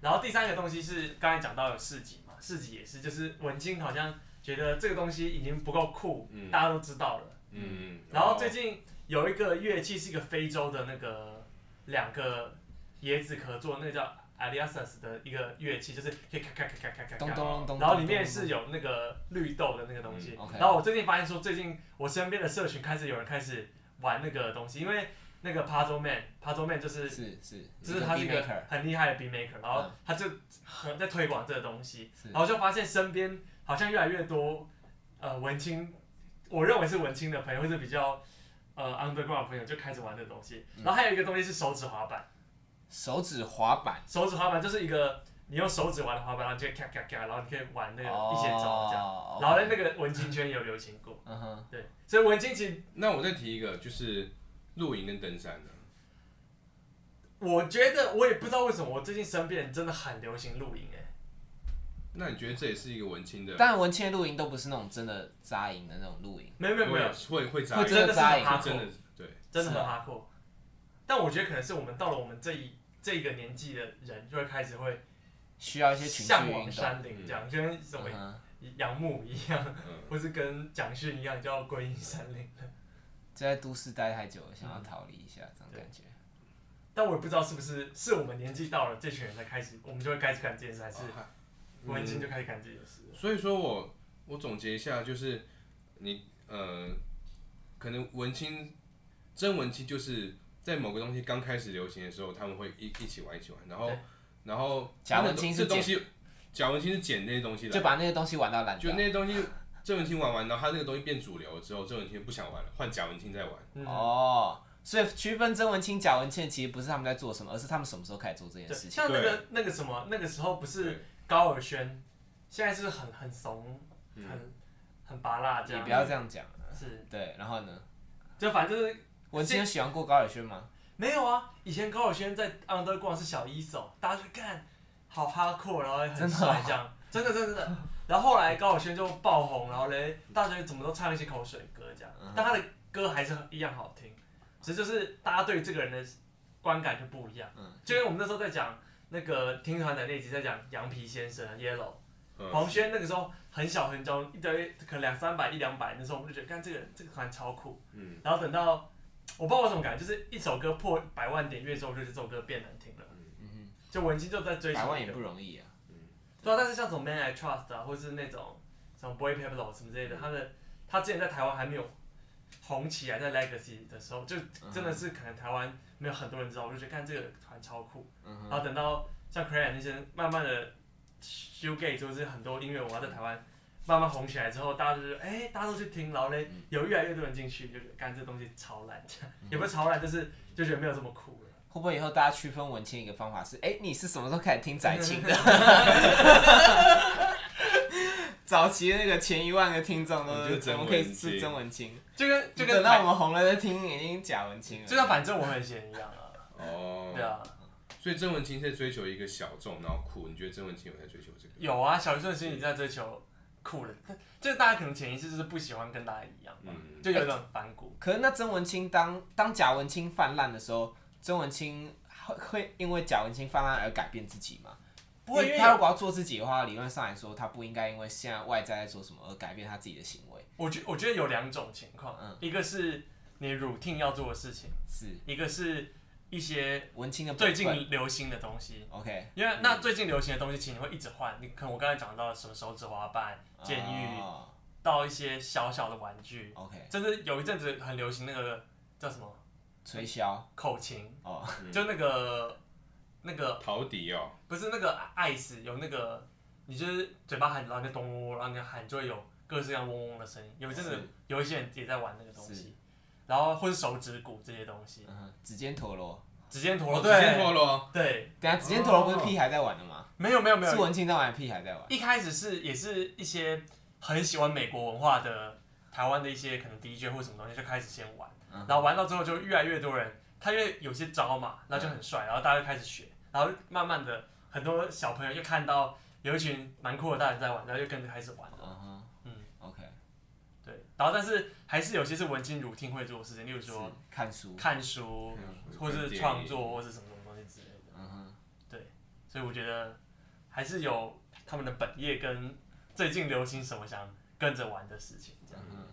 Speaker 2: 然后第三个东西是刚才讲到有市集嘛，市集也是，就是文青好像觉得这个东西已经不够酷，
Speaker 3: 嗯
Speaker 2: 大家都知道了。
Speaker 3: 嗯，嗯
Speaker 2: 然后最近有一个乐器是一个非洲的那个两个椰子壳做，那个叫 Aliasas 的一个乐器，就是可以咔咔咔咔咔咔
Speaker 1: 咚咚
Speaker 2: 咔。
Speaker 1: 咚咚，
Speaker 2: 然后里面是有那个绿豆的那个东西。
Speaker 3: 哦
Speaker 1: 嗯，OK
Speaker 2: 然后我最近发现说，最近我身边的社群开始有人开始玩那个东西，因为那个 Puzzle Man，Puzzle Man 就是
Speaker 1: 是是，
Speaker 2: 就是他是一个
Speaker 1: beatmaker
Speaker 2: 很厉害的 beat maker，然后
Speaker 1: 嗯
Speaker 2: 他就很在推广这个东西，
Speaker 1: 是
Speaker 2: 然后就发现身边好像越来越多呃文青，我认为是文青的朋友，或者比较呃 underground 的朋友就开始玩这个东西。然后还有一个东西是手指滑板，
Speaker 1: 手指滑板，
Speaker 2: 手指滑板就是一个你用手指玩的滑板，然后就咔咔咔，然后你可以玩那个一些招这样。
Speaker 1: 哦
Speaker 2: 然后在那个文青圈也有流行过，
Speaker 1: 嗯哼，
Speaker 2: 对，所以文青其实
Speaker 3: 那我再提一个，就是露营跟登山啊的，
Speaker 2: 我觉得我也不知道为什么，我最近身边人真的很流行露营哎、
Speaker 3: 那你觉得这也是一个文青的？
Speaker 1: 但文青的露营都不是那种真的扎营的那种露营，
Speaker 2: 没有没有没有，
Speaker 3: 会会扎
Speaker 1: 会
Speaker 3: 营
Speaker 1: 真的扎营
Speaker 2: 真的是，
Speaker 3: 真的对，
Speaker 2: 真的
Speaker 1: 是
Speaker 2: 很
Speaker 1: 啊
Speaker 2: 哈扣。但我觉得可能是我们到了我们这一这个年纪的人，就会开始会
Speaker 1: 需要一些群
Speaker 2: 向
Speaker 1: 聚
Speaker 2: 往
Speaker 1: 运动。
Speaker 2: 山林，这样就跟什么
Speaker 1: 嗯哼，
Speaker 2: 杨牧一样，
Speaker 3: 嗯，
Speaker 2: 或是跟蒋勋一样，就要归隐山林。
Speaker 1: 就在都市待太久了，想要逃离一下，这种
Speaker 2: 对
Speaker 1: 感觉。
Speaker 2: 但我也不知道是不是是我们年纪到了，这群人才开始，我们就会开始干这件事，还是
Speaker 1: 哦
Speaker 2: 我已
Speaker 1: 嗯
Speaker 2: 经就开始干这件事了？
Speaker 3: 哦所以说我我总结一下，就是你呃，可能文青真文青就是在某个东西刚开始流行的时候，他们会一一起玩一起玩，然后然后
Speaker 1: 贾文清是
Speaker 3: 这东西，贾文清是捡那些东
Speaker 1: 嗯
Speaker 3: 西
Speaker 1: 就
Speaker 3: 的，
Speaker 1: 把那些东西玩到烂
Speaker 3: 就
Speaker 1: 掉
Speaker 3: 那。些东西。郑文清玩完，然后他那个东西变主流之后，郑文清不想玩了，换贾文清在玩。
Speaker 1: 哦，所以区分曾文清、贾文倩其实不是他们在做什么，而是他们什么时候开始做这件
Speaker 2: 对，
Speaker 1: 事情。
Speaker 2: 像那个那个什么，那个时候不是高尔宣，现在是很很怂，
Speaker 1: 嗯
Speaker 2: 很很拔辣这
Speaker 1: 你
Speaker 2: 样
Speaker 1: 不。要这样讲。
Speaker 2: 是，
Speaker 1: 对，然后呢？
Speaker 2: 就反正就是
Speaker 1: 文清有喜欢过高尔宣吗？
Speaker 2: 没有啊。以前高尔宣在 Underground 是小一手，大家就看好哈酷，然后很帅这样，真的真的真的。然后后来高尔宣就爆红，然后嘞，大家怎么都唱一些口水歌这样，但他的歌还是很一样好听，只是就是大家对这个人的观感就不一样。
Speaker 1: 嗯
Speaker 2: 就因为我们那时候在讲那个听团的那集，在讲羊皮先生 Yellow。
Speaker 3: 嗯，
Speaker 2: 黄轩那个时候很小很小，一堆可能两三百一两百，那时候我们就觉得，看这个这个团超酷。
Speaker 3: 嗯。
Speaker 2: 然后等到我不知道我什么感觉，就是一首歌破百万点阅之后，就觉得这首歌变难听了。
Speaker 1: 嗯
Speaker 2: 就文青就在追
Speaker 1: 哼，
Speaker 2: 求
Speaker 1: 百万
Speaker 2: 那
Speaker 1: 也
Speaker 2: 个，
Speaker 1: 不容易啊。
Speaker 2: 对啊。但是像什么 Man I Trust 啊，或是那种什么 Boy p a p e r 什么之类的，他们他之前在台湾还没有红起来，在 Legacy 的时候，就真的是可能台湾没有很多人知道，我就觉得看这个团超酷。
Speaker 1: 嗯哼，
Speaker 2: 然后等到像 Crayon 那些慢慢的 shoegaze，就是很多音乐文化在台湾慢慢红起来之后，大家就是哎、大家都去听，然后嘞，有越来越多人进去，就觉得干这东西超烂， 也不是超烂，就是就觉得没有这么酷了。
Speaker 1: 会不会以后大家区分文青一个方法是，哎、你是什么时候开始听宅青 的？早期那个前一万个听众都
Speaker 3: 你就是是
Speaker 1: 怎
Speaker 3: 曾
Speaker 1: 么
Speaker 3: 文清
Speaker 1: 可以是曾文清？
Speaker 2: 就跟就
Speaker 1: 等
Speaker 2: 跟
Speaker 1: 到我
Speaker 2: 反
Speaker 1: 们红了再听，已经假文青了。
Speaker 2: 就跟反正我很闲一样啊，
Speaker 3: 哦，
Speaker 2: 对啊，
Speaker 3: 所以郑文清在追求一个小众，然后酷。你觉得郑文清有在追求这个？
Speaker 2: 有啊，小顺心里在追求酷的，就是大家可能潜意识就是不喜欢跟大家一样吧，
Speaker 3: 嗯
Speaker 2: 就有一种反骨。
Speaker 1: 可是那曾文清当当贾文清泛滥的时候，曾文清会会因为贾文清泛滥而改变自己吗？
Speaker 2: 不会因为
Speaker 1: 他如果要做自己的话，理论上来说，他不应该因为现在外在在做什么而改变他自己的行为。
Speaker 2: 我觉我觉得有两种情况，
Speaker 1: 嗯
Speaker 2: 一个是你 routine 要做的事情，
Speaker 1: 是
Speaker 2: 一个是一些
Speaker 1: 文清的
Speaker 2: 最
Speaker 1: 嗯本分。哦嗯
Speaker 2: 近流行的东西，
Speaker 1: OK，
Speaker 2: 因为那最近流行的东西，其实你会一直换。你可能我刚才讲到什么手指滑板、监狱，
Speaker 1: 哦
Speaker 2: 到一些小小的玩具，
Speaker 1: OK，
Speaker 2: 甚至有一阵子很流行那个叫什么
Speaker 1: 吹箫
Speaker 2: 口琴，
Speaker 1: 哦，
Speaker 2: 就那个那个
Speaker 3: 陶笛哦，
Speaker 2: 不是那个 ice 有那个，你就是嘴巴喊，然后就咚嗡嗡，然后你喊就会有各式各样嗡嗡的声音。有一阵子
Speaker 1: 是
Speaker 2: 有一些人也在玩那个东
Speaker 1: 是
Speaker 2: 西，然后或是手指鼓这些东西，
Speaker 1: 嗯哼，指尖陀螺。
Speaker 2: 指尖陀螺，
Speaker 3: 哦直接
Speaker 2: 对
Speaker 3: 脱了。
Speaker 2: 对，
Speaker 1: 等一下，指尖陀螺不是屁孩在玩的吗？
Speaker 2: 没哦有没有没有
Speaker 1: 是，文青在玩，屁孩在玩。
Speaker 2: 一开始是也是一些很喜欢美国文化的台湾的一些可能 DJ 或什么东西就开始先玩，
Speaker 1: 嗯
Speaker 2: 然后玩到之后就越来越多人，他因为有些招嘛，然后就很帅，然啊后大家就开始学，然后慢慢的很多小朋友就看到有一群蛮酷的大人在玩，然后就跟着开始玩了。
Speaker 1: 嗯哼，
Speaker 2: 嗯
Speaker 1: ，OK，
Speaker 2: 对，然后但是还是有些是文青如听会做的事情，例如说
Speaker 1: 是看书。
Speaker 2: 看书，
Speaker 3: 嗯
Speaker 2: 或
Speaker 3: 看
Speaker 2: 是
Speaker 3: 电影
Speaker 2: 创作，或是什么什么东西之类的。
Speaker 1: 嗯哼，
Speaker 2: 所以我觉得还是有他们的本业跟最近流行什么想跟着玩的事情这
Speaker 1: 嗯
Speaker 2: 样。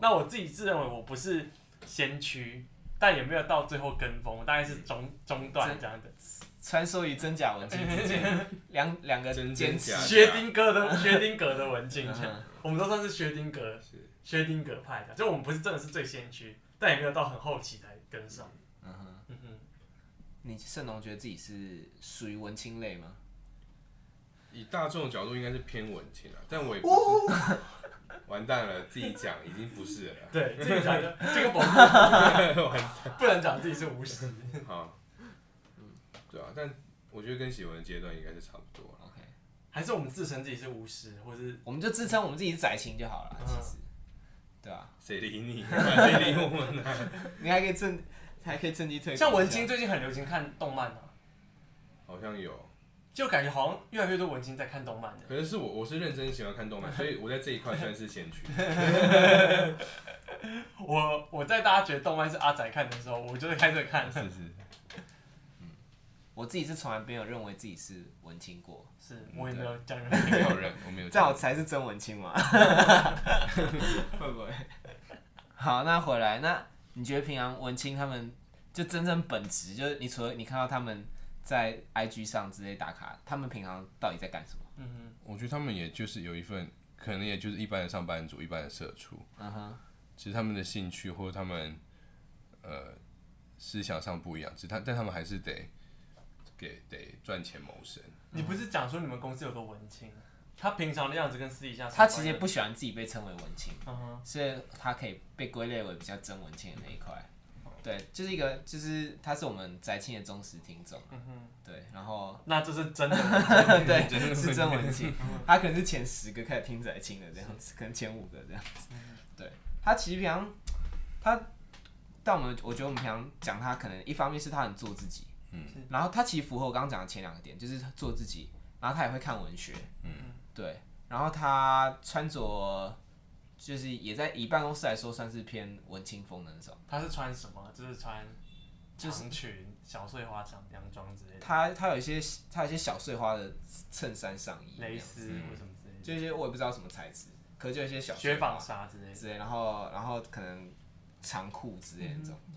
Speaker 2: 那我自己自认为我不是先驱，但也没有到最后跟风，我大概是中中段这样的。
Speaker 1: 穿梭于真假文青之间，两两个
Speaker 3: 真
Speaker 1: 坚
Speaker 3: 真
Speaker 1: 持
Speaker 3: 假。假
Speaker 2: 薛丁格的薛丁格的文静
Speaker 1: 嗯，哼
Speaker 2: 我们都算是薛丁格
Speaker 3: 是
Speaker 2: 薛丁格派的，就我们不是真的是最先驱，但也没有到很后期才跟上。
Speaker 1: 嗯哼，
Speaker 2: 嗯哼，
Speaker 1: 你盛龙觉得自己是属于文青类吗？
Speaker 3: 以大众的角度应该是偏文青啊，但我也不是。 完蛋了，自己讲已经不是了。
Speaker 2: 对，这个讲的这个不不能讲自己是无实。
Speaker 3: 好，对啊，但我觉得跟喜文的阶段应该是差不多了。
Speaker 1: OK，
Speaker 2: 还是我们自称自己是巫师，或是
Speaker 1: 我们就自称我们自己是宅青就好了，
Speaker 2: 嗯
Speaker 1: 其实，对啊，
Speaker 3: 谁理你？谁理我们啊呢？
Speaker 1: 你还可以趁还可以趁机推广一下
Speaker 2: 像文青最近很流行看动漫啊，
Speaker 3: 好像有，
Speaker 2: 就感觉好像越来越多文青在看动 漫的。
Speaker 3: 可能是我我是认真喜欢看动漫，所以我在这一块算是先驱。
Speaker 2: 我我在大家觉得动漫是阿仔看的时候，我就是开始看。
Speaker 3: 是是，
Speaker 1: 我自己是从来没有认为自己是文青过，
Speaker 2: 是我也没有讲任何 嗯
Speaker 3: 没有人，我没有。
Speaker 1: 这样我才是真 文青嘛，会不会？好，那回来，那你觉得平常文青他们就真正本质，就是你除了你看到他们在 IG 上之类打卡，他们平常到底在干什么？
Speaker 2: 嗯
Speaker 3: 我觉得他们也就是有一份，可能也就是一般的上班
Speaker 1: Uh-huh
Speaker 3: 族，一般的社畜。
Speaker 1: 嗯哼，
Speaker 3: 其实他们的兴趣或者他们呃思想上不一样，只他但他们还是得给得赚钱谋生。
Speaker 2: 你不是讲说你们公司有个文青，他平常的样子跟私底下是
Speaker 1: 他其
Speaker 2: 完
Speaker 1: 实也
Speaker 2: 全
Speaker 1: 不喜欢自己被称为文青，
Speaker 2: 嗯哼
Speaker 1: 所以他可以被归类为比较真文青的那一块。
Speaker 2: 哦
Speaker 1: 对，就是一个，就是他是我们宅青的忠实听众，
Speaker 2: 嗯哼，
Speaker 1: 对，然后
Speaker 2: 那这是 真的文青。
Speaker 1: 对是真文青，他可能是前十个开始听宅青的这样子，可能前五个这样子。对他其实平常他，但我们我觉得我们平常讲他，可能一方面是他很做自己，嗯，然后他其实符合我刚刚讲的前两个点，就是他做自己，然后他也会看文学，嗯，对，然后他穿着。就是也在以办公室来说，算是偏文青风的那种。
Speaker 2: 他是穿什么？就是穿长裙、小碎花长洋装之类的，
Speaker 1: 他他有一些他有一些小碎花的衬衫上衣，
Speaker 2: 蕾丝或什么之类的，
Speaker 1: 就一些我也不知道什么材质，可就有一些嗯小
Speaker 2: 雪
Speaker 1: 碎花
Speaker 2: 纺纱之类的。
Speaker 1: 之类，然后然后可能长裤之类的那种。
Speaker 2: 嗯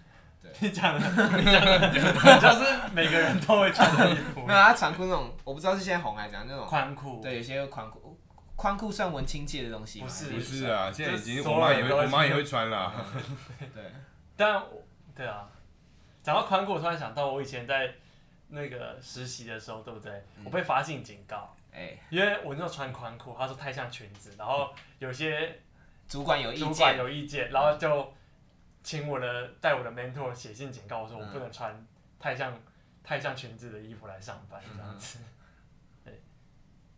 Speaker 2: 你讲的， 你讲的，就是每个人都会穿的衣 服
Speaker 1: 没，有，他啊长裤那种，我不知道是现在红还是怎样那种。
Speaker 2: 宽裤。
Speaker 1: 对，有些宽裤，宽裤算文青界的东西吗？
Speaker 2: 不是
Speaker 3: 不是啊，现在已
Speaker 2: 就
Speaker 3: 经
Speaker 2: 是
Speaker 3: 我妈
Speaker 2: 所有
Speaker 3: 也
Speaker 2: 人
Speaker 3: 会，
Speaker 2: 都会
Speaker 3: 我妈也会穿啦。
Speaker 1: 对，
Speaker 2: 但我对啊，讲到宽裤，我突然想到我以前在那个实习的时候，对不对？
Speaker 1: 嗯
Speaker 2: 我被发信警告，
Speaker 1: 哎，
Speaker 2: 因为我那时候穿宽裤，他说太像裙子，然后有些
Speaker 1: 主管有意
Speaker 2: 主管
Speaker 1: 见，
Speaker 2: 有意见，然后就请我的带我的 mentor 写信警告我说，我不能穿太像太像裙子的衣服来上班这样
Speaker 1: 嗯
Speaker 2: 子，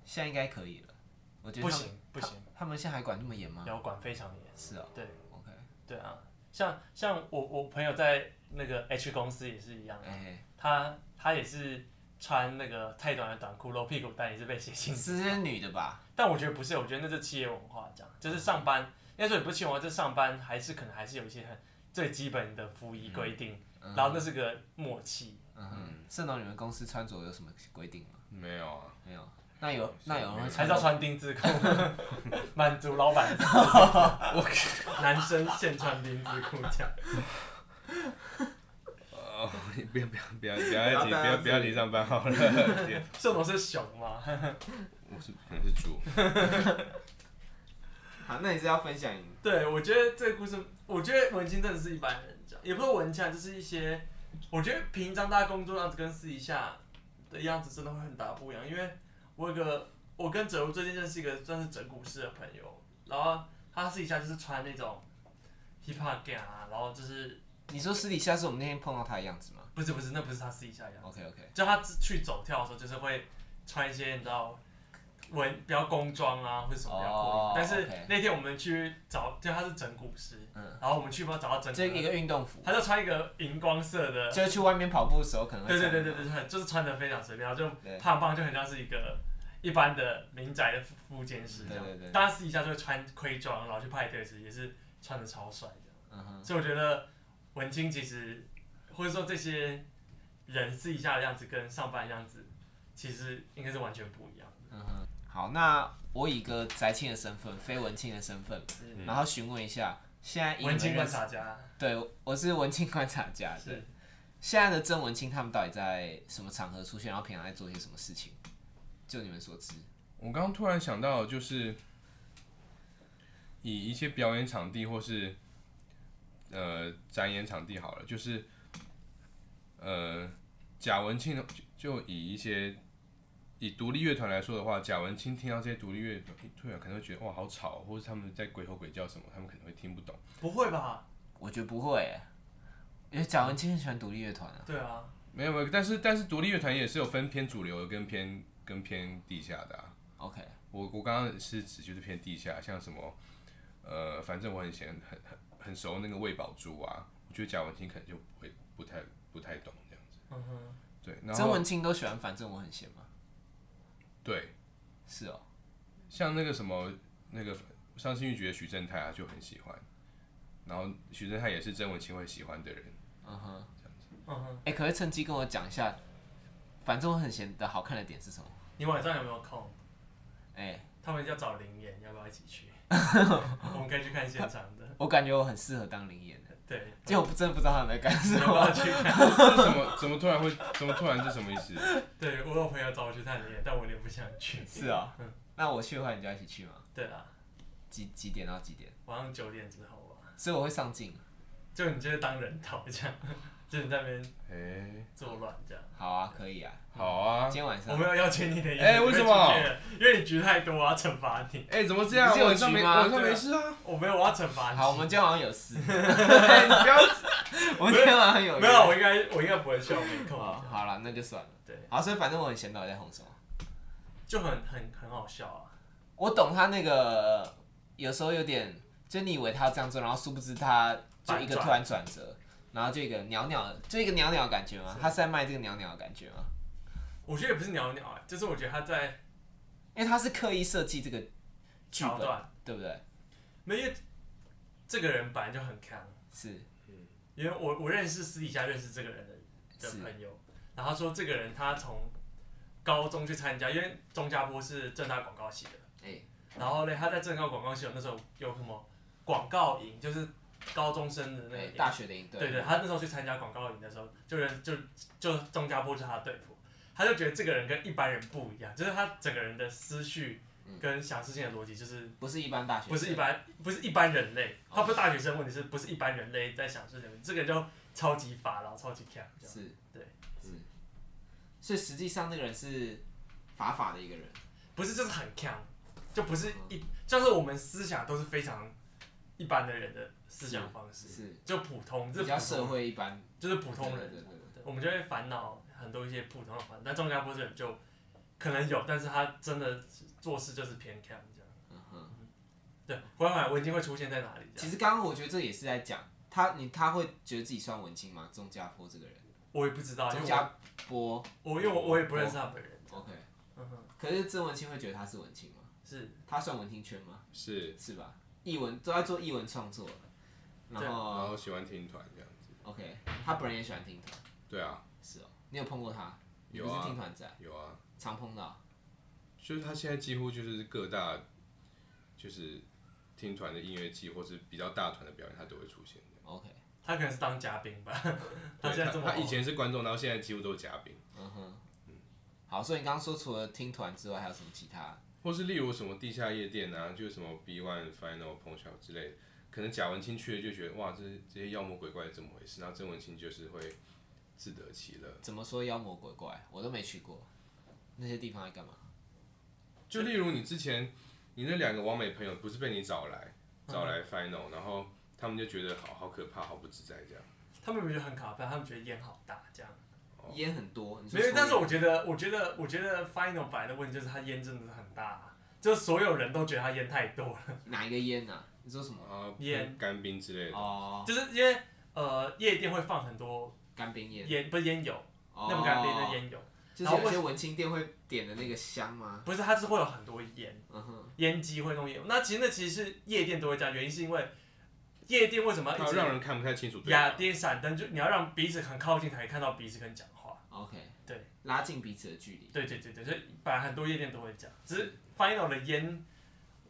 Speaker 1: 现在应该可以了。我觉得
Speaker 2: 不
Speaker 1: 他们
Speaker 2: 行不行，
Speaker 1: 他们现在还管那么严吗？
Speaker 2: 要管非常严。
Speaker 1: 是哦
Speaker 2: 对
Speaker 1: ，OK，
Speaker 2: 对啊，像像我我朋友在那个 H 公司也是一样。啊
Speaker 1: 哎，
Speaker 2: 他他也是穿那个太短的短裤露屁股，但也是被写信。
Speaker 1: 是是女的吧？
Speaker 2: 但我觉得不是，我觉得那是企业文化，这样就是上班，应该说也不是企业文化，就是上班还是可能还是有一些很最基本的服仪规定，
Speaker 1: 嗯
Speaker 2: 然后那是个默契。
Speaker 1: 嗯哼，盛龙，你们公司穿着有什么规定吗？
Speaker 3: 没有啊，
Speaker 1: 没有。那有那有人会
Speaker 2: 还
Speaker 1: 穿
Speaker 2: 是要穿丁字裤， 满足老板。 我男生现穿丁字裤这样，
Speaker 3: 哦，不要不要不要不
Speaker 1: 不要
Speaker 3: 要提不
Speaker 1: 大家
Speaker 3: 要
Speaker 1: 自
Speaker 3: 不要提上班好了，天
Speaker 2: 这种是熊吗？
Speaker 3: 我是可能是猪，
Speaker 1: 好，那你是要分享你
Speaker 2: 对，我觉得这个故事，我觉得文青真的是一般人讲，也不是文青啊，就是一些，我觉得平常大家工作样子跟私底下的样子真的会很大不一样。因为我有个，我跟哲如最近认识一个算是整蛊师的朋友，然后他私底下就是穿那种 hip hop gang 啊，然后就是
Speaker 1: 你说私底下是我们那天碰到他的样子吗
Speaker 2: 不是不是，那不是他私底下的样子，
Speaker 1: ？OK OK，
Speaker 2: 就他去走跳的时候，就是会穿一些你知道文比较工装啊，或者什么比较过瘾。
Speaker 1: 哦
Speaker 2: 但是
Speaker 1: OK
Speaker 2: 那天我们去找，就他是整蛊师，
Speaker 1: 嗯
Speaker 2: 然后我们去帮他找到整
Speaker 1: 这一
Speaker 2: 蛊，
Speaker 1: 个运动服，
Speaker 2: 他就穿一个荧光色的，
Speaker 1: 就是去外面跑步的时候可能会
Speaker 2: 对对
Speaker 1: 穿
Speaker 2: 对对对，对就是穿的非常随便，然后
Speaker 1: 对
Speaker 2: 就胖胖，就很像是一个一般的民宅的副监师这样。
Speaker 1: 对对对
Speaker 2: 大家私底下就会穿盔装，然后去派对时也是穿的超帅的。
Speaker 1: 嗯哼，
Speaker 2: 所以我觉得文青其实，或者说这些人私底下的样子跟上班的样子，其实应该是完全不一样的。
Speaker 1: 好，那我以一个宅青的身份，非文青的身份，然后询问一下，现在以你
Speaker 2: 嗯
Speaker 1: 们
Speaker 2: 文青观
Speaker 1: 认识，
Speaker 2: 察家
Speaker 1: 对，我是文青观察家，对
Speaker 2: 是，
Speaker 1: 现在的真文青他们到底在什么场合出现，然后平常在做些什么事情？就你们所知，
Speaker 3: 我刚刚突然想到，就是以一些表演场地或是呃展演场地好了，就是呃贾文清就就以一些以独立乐团来说的话，贾文清听到这些独立乐团可能会觉得哇好吵，哦或是他们在鬼吼鬼叫什么，他们可能会听不懂。
Speaker 2: 不会吧？
Speaker 1: 我觉得不会耶，因为贾文清很喜欢独立乐团啊，
Speaker 2: 对啊，
Speaker 3: 没有没有，但是但是独立乐团也是有分偏主流的跟偏跟偏地下的啊。
Speaker 1: ，OK，
Speaker 3: 我我刚刚是指就是偏地下，像什么，呃，反正我很闲很很很熟那个喂饱猪啊，我觉得贾文清可能就不会不太不太懂这样子。
Speaker 2: 嗯哼，
Speaker 3: 对，然
Speaker 1: 真
Speaker 3: 后
Speaker 1: 文青都喜欢，反正我很闲嘛，
Speaker 3: 对，
Speaker 1: 是哦，
Speaker 3: 像那个什么那个伤心欲绝的许正泰啊，就很喜欢。然后许正泰也是曾文清会喜欢的人，
Speaker 1: 嗯哼，
Speaker 2: 嗯哼，
Speaker 1: 哎、可不可以趁机跟我讲一下，反正我很闲的好看的点是什么？
Speaker 2: 你晚上有没有空？
Speaker 1: 哎、
Speaker 2: 他们要找灵眼，要不要一起去？ 我们可以去看现场的。
Speaker 1: 我感觉我很适合当灵演的，
Speaker 2: 对，
Speaker 1: 结果我真的不知道他们在干 什
Speaker 2: 要不
Speaker 1: 么。
Speaker 2: 要去看？
Speaker 3: 这怎么怎么突然会怎么突然是什么意思？
Speaker 2: 对我有朋友找我去看灵眼，但我有点不想去。
Speaker 1: 是啊、
Speaker 2: 嗯
Speaker 1: 那我去的话，你就要一起去吗？
Speaker 2: 对啊，
Speaker 1: 几几点到几点？
Speaker 2: 晚上九点之后啊，
Speaker 1: 所以我会上镜。
Speaker 2: 就你就是当人头这样。 就是你在那边
Speaker 3: 哎、
Speaker 2: 作乱这样。
Speaker 1: 好啊，可以啊，
Speaker 3: 好啊
Speaker 1: 今，天晚
Speaker 2: 我
Speaker 1: 上
Speaker 2: 没有要签你的意思，
Speaker 3: 哎为什么
Speaker 2: 因为你出去了？因为你局太多，我要惩罚你。
Speaker 3: 哎、怎么这样？
Speaker 1: 嗯你是有
Speaker 3: 我晚上没，
Speaker 1: 局
Speaker 3: 我
Speaker 1: 吗
Speaker 3: 晚上没事啊。
Speaker 2: 我没有，我要惩罚你。
Speaker 1: 好，我们今天晚上有事，
Speaker 3: 哎、你不要，
Speaker 1: 我们今天晚上 有
Speaker 2: 没有，我应该我应该不会笑，我没空。
Speaker 1: 哦，好了，那就算了。
Speaker 2: 对，
Speaker 1: 好，所以反正我很闲到底在红什么，
Speaker 2: 就很很很好笑啊。
Speaker 1: 我懂他那个有时候有点，就你以为他要这样做，然后殊不知他就一个
Speaker 2: 反转
Speaker 1: 突然转折，然后就一个袅袅的，就一个袅袅的感觉吗？他是在卖这个袅袅的感觉吗？
Speaker 2: 我觉得也不是鸟鸟啊，就是我觉得他在
Speaker 1: 因为他是刻意设计这个剧
Speaker 2: 桥
Speaker 1: 本，
Speaker 2: 段，
Speaker 1: 对不对？
Speaker 2: 没有，因为这个人本来就很强，
Speaker 1: 是
Speaker 2: 因为我我认识私底下认识这个人的的
Speaker 1: 是
Speaker 2: 朋友，然后他说这个人他从高中去参加，因为钟家波是正大广告系的，
Speaker 1: 哎
Speaker 2: 然后呢他在正大广告系有那时候有什么广告营，就是高中生的那个
Speaker 1: 哎
Speaker 2: 营
Speaker 1: 大学的营
Speaker 2: 对对，他那时候去参加广告营的时候，就人就就钟家波就是他的队服，他就觉得这个人跟一般人不一样，就是他整个人的思绪跟想事情的逻辑就是
Speaker 1: 不是一般嗯大学生，哦
Speaker 2: 不是一般不是一般人类，他不是大学生，问题是不是一般人类在想事情，这个人就超级法老，超级强，这样
Speaker 1: 是，
Speaker 2: 对，
Speaker 1: 是。所以实际上那个人是法法的一个人，
Speaker 2: 不是就是很强，就不是
Speaker 1: 嗯
Speaker 2: 一就是我们思想都是非常一般的人的思想方式，
Speaker 1: 是
Speaker 2: 就普通，这
Speaker 1: 比
Speaker 2: 是
Speaker 1: 较
Speaker 2: 普
Speaker 1: 社
Speaker 2: 通
Speaker 1: 会一般，
Speaker 2: 就是普通人啊
Speaker 1: 对。对对对
Speaker 2: 我们就会烦恼很多一些普通的烦恼，但钟家波这人就可能有，但是他真的做事就是偏看这样。
Speaker 1: 嗯哼。
Speaker 2: 对，回来文静会出现在哪里？这样，
Speaker 1: 其实刚刚我觉得这也是在讲他，你他会觉得自己算文青吗？钟家波这个人，
Speaker 2: 我也不知啊道，因
Speaker 1: 钟
Speaker 2: 为
Speaker 1: 家波
Speaker 2: 我我因为我我也不认识他本人。
Speaker 1: ，OK。
Speaker 2: 嗯哼，
Speaker 1: 可是曾文清会觉得他是文青吗？
Speaker 2: 是
Speaker 1: 他算文青圈吗？
Speaker 3: 是，
Speaker 1: 是吧？译文都在做译文创作了，
Speaker 2: 啊
Speaker 1: 然
Speaker 3: 然
Speaker 1: 后
Speaker 3: 后喜欢听团这样子。
Speaker 1: OK，他本人也喜欢听团，
Speaker 3: 对啊，
Speaker 1: 是哦。你有碰过他？
Speaker 3: 有
Speaker 1: 你不
Speaker 3: 啊
Speaker 1: 是听团仔，
Speaker 3: 有啊，
Speaker 1: 常碰到。
Speaker 3: 就是他现在几乎就是各大，就是听团的音乐季或是比较大团的表演，他都会出现。
Speaker 1: OK，
Speaker 2: 他可能是当嘉宾吧，他
Speaker 3: 对
Speaker 2: 现在这么
Speaker 3: 他以
Speaker 2: 红
Speaker 3: 前是观众，然后现在几乎都是嘉宾，
Speaker 1: 嗯哼。好，所以你刚刚说除了听团之外，还有什么其他？
Speaker 3: 或是例如什么地下夜店啊，就是什么 B One、Final、彭晓之类的，可能贾文清去了就觉得哇，这这些妖魔鬼怪是怎么回事？然后曾文清就是会自得其乐。
Speaker 1: 怎么说妖魔鬼怪，我都没去过，那些地方在干嘛？
Speaker 3: 就例如你之前，你那两个完美朋友不是被你找来
Speaker 2: 嗯
Speaker 3: 找来 Final，然后他们就觉得好好可怕，好不自在这样。
Speaker 2: 他们觉得很卡片，他们觉得烟好大这样。
Speaker 1: 烟很多，你
Speaker 2: 哦
Speaker 1: 说
Speaker 2: 没有
Speaker 1: 抽，
Speaker 2: 但是
Speaker 1: 烟
Speaker 2: 我觉得，我觉得，我觉得 final 白的问题就是他烟真的是很大、啊就是所有人都觉得他烟太多了。
Speaker 1: 哪一个烟啊？你说什么？
Speaker 3: 啊，
Speaker 2: 烟
Speaker 3: 干冰之类的。
Speaker 1: 哦，
Speaker 2: 就是因为呃，夜店会放很多
Speaker 1: 干冰烟，
Speaker 2: 烟，不是烟油，
Speaker 1: 哦
Speaker 2: 那不干冰的，烟油，
Speaker 1: 就是
Speaker 2: 然后
Speaker 1: 有
Speaker 2: 为
Speaker 1: 些文青店会点的那个香吗？
Speaker 2: 不是，它是会有很多烟，
Speaker 1: 嗯哼，
Speaker 2: 烟机会弄烟。那其实那其实是夜店都会这样，原因是因为夜店为什么要
Speaker 3: 它
Speaker 2: 啊一
Speaker 3: 让
Speaker 2: 直
Speaker 3: 人看不太清楚对
Speaker 2: 雅
Speaker 3: 方。
Speaker 2: 典闪灯？就你要让彼此很靠近才可以看到彼此跟讲话。
Speaker 1: ，OK，
Speaker 2: 对，
Speaker 1: 拉近彼此的距离。
Speaker 2: 对对对对，所以本来很多夜店都会这样，只是 final 的烟，